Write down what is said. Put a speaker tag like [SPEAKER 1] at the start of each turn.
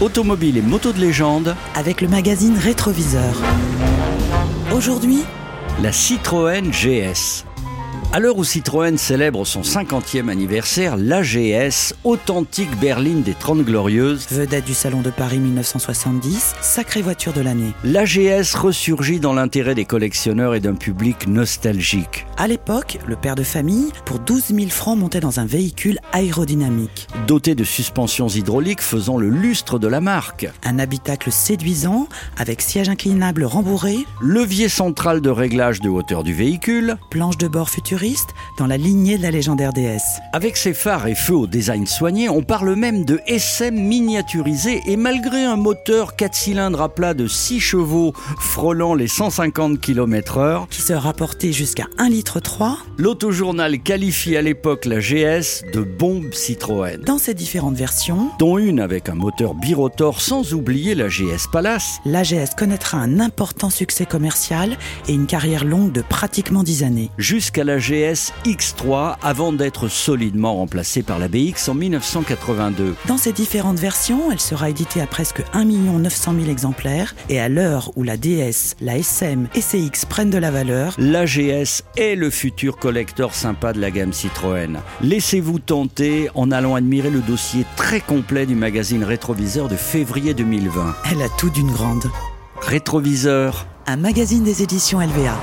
[SPEAKER 1] automobiles et motos de légende,
[SPEAKER 2] avec le magazine Rétroviseur. Aujourd'hui,
[SPEAKER 1] la Citroën GS. À l'heure où Citroën célèbre son 50e anniversaire, l'AGS, authentique berline des 30 glorieuses,
[SPEAKER 2] vedette du Salon de Paris 1970, sacrée voiture de l'année.
[SPEAKER 1] l'AGS ressurgit dans l'intérêt des collectionneurs et d'un public nostalgique.
[SPEAKER 2] À l'époque, le père de famille, pour 12 000 francs, montait dans un véhicule aérodynamique.
[SPEAKER 1] Dotée de suspensions hydrauliques faisant le lustre de la marque,
[SPEAKER 2] Un habitacle séduisant, avec siège inclinable rembourré,
[SPEAKER 1] levier central de réglage de hauteur du véhicule,
[SPEAKER 2] planche de bord futuriste, dans la lignée de la légendaire DS.
[SPEAKER 1] Avec ses phares et feux au design soigné, on parle même de SM miniaturisé et malgré un moteur 4 cylindres à plat de 6 chevaux frôlant les 150 km/h,
[SPEAKER 2] qui se rapportait jusqu'à 1,3 litre
[SPEAKER 1] l'autojournal qualifie à l'époque la GS de bombe Citroën,
[SPEAKER 2] dans ses différentes versions.
[SPEAKER 1] dont une avec un moteur birotor sans oublier la GS Palace,
[SPEAKER 2] L'AGS connaîtra un important succès commercial et une carrière longue de pratiquement 10 années.
[SPEAKER 1] jusqu'à la GS X3 avant d'être solidement remplacée par la BX en 1982.
[SPEAKER 2] Dans ses différentes versions, elle sera éditée à presque 1 900 000 exemplaires et à l'heure où la DS, la SM et CX prennent de la valeur,
[SPEAKER 1] L'AGS est le futur collector sympa de la gamme Citroën. Laissez-vous tenter en allant admirer le dossier très complet du magazine Rétroviseur de février 2020.
[SPEAKER 2] elle a tout d'une grande.
[SPEAKER 1] Rétroviseur
[SPEAKER 2] Un magazine des éditions LVA.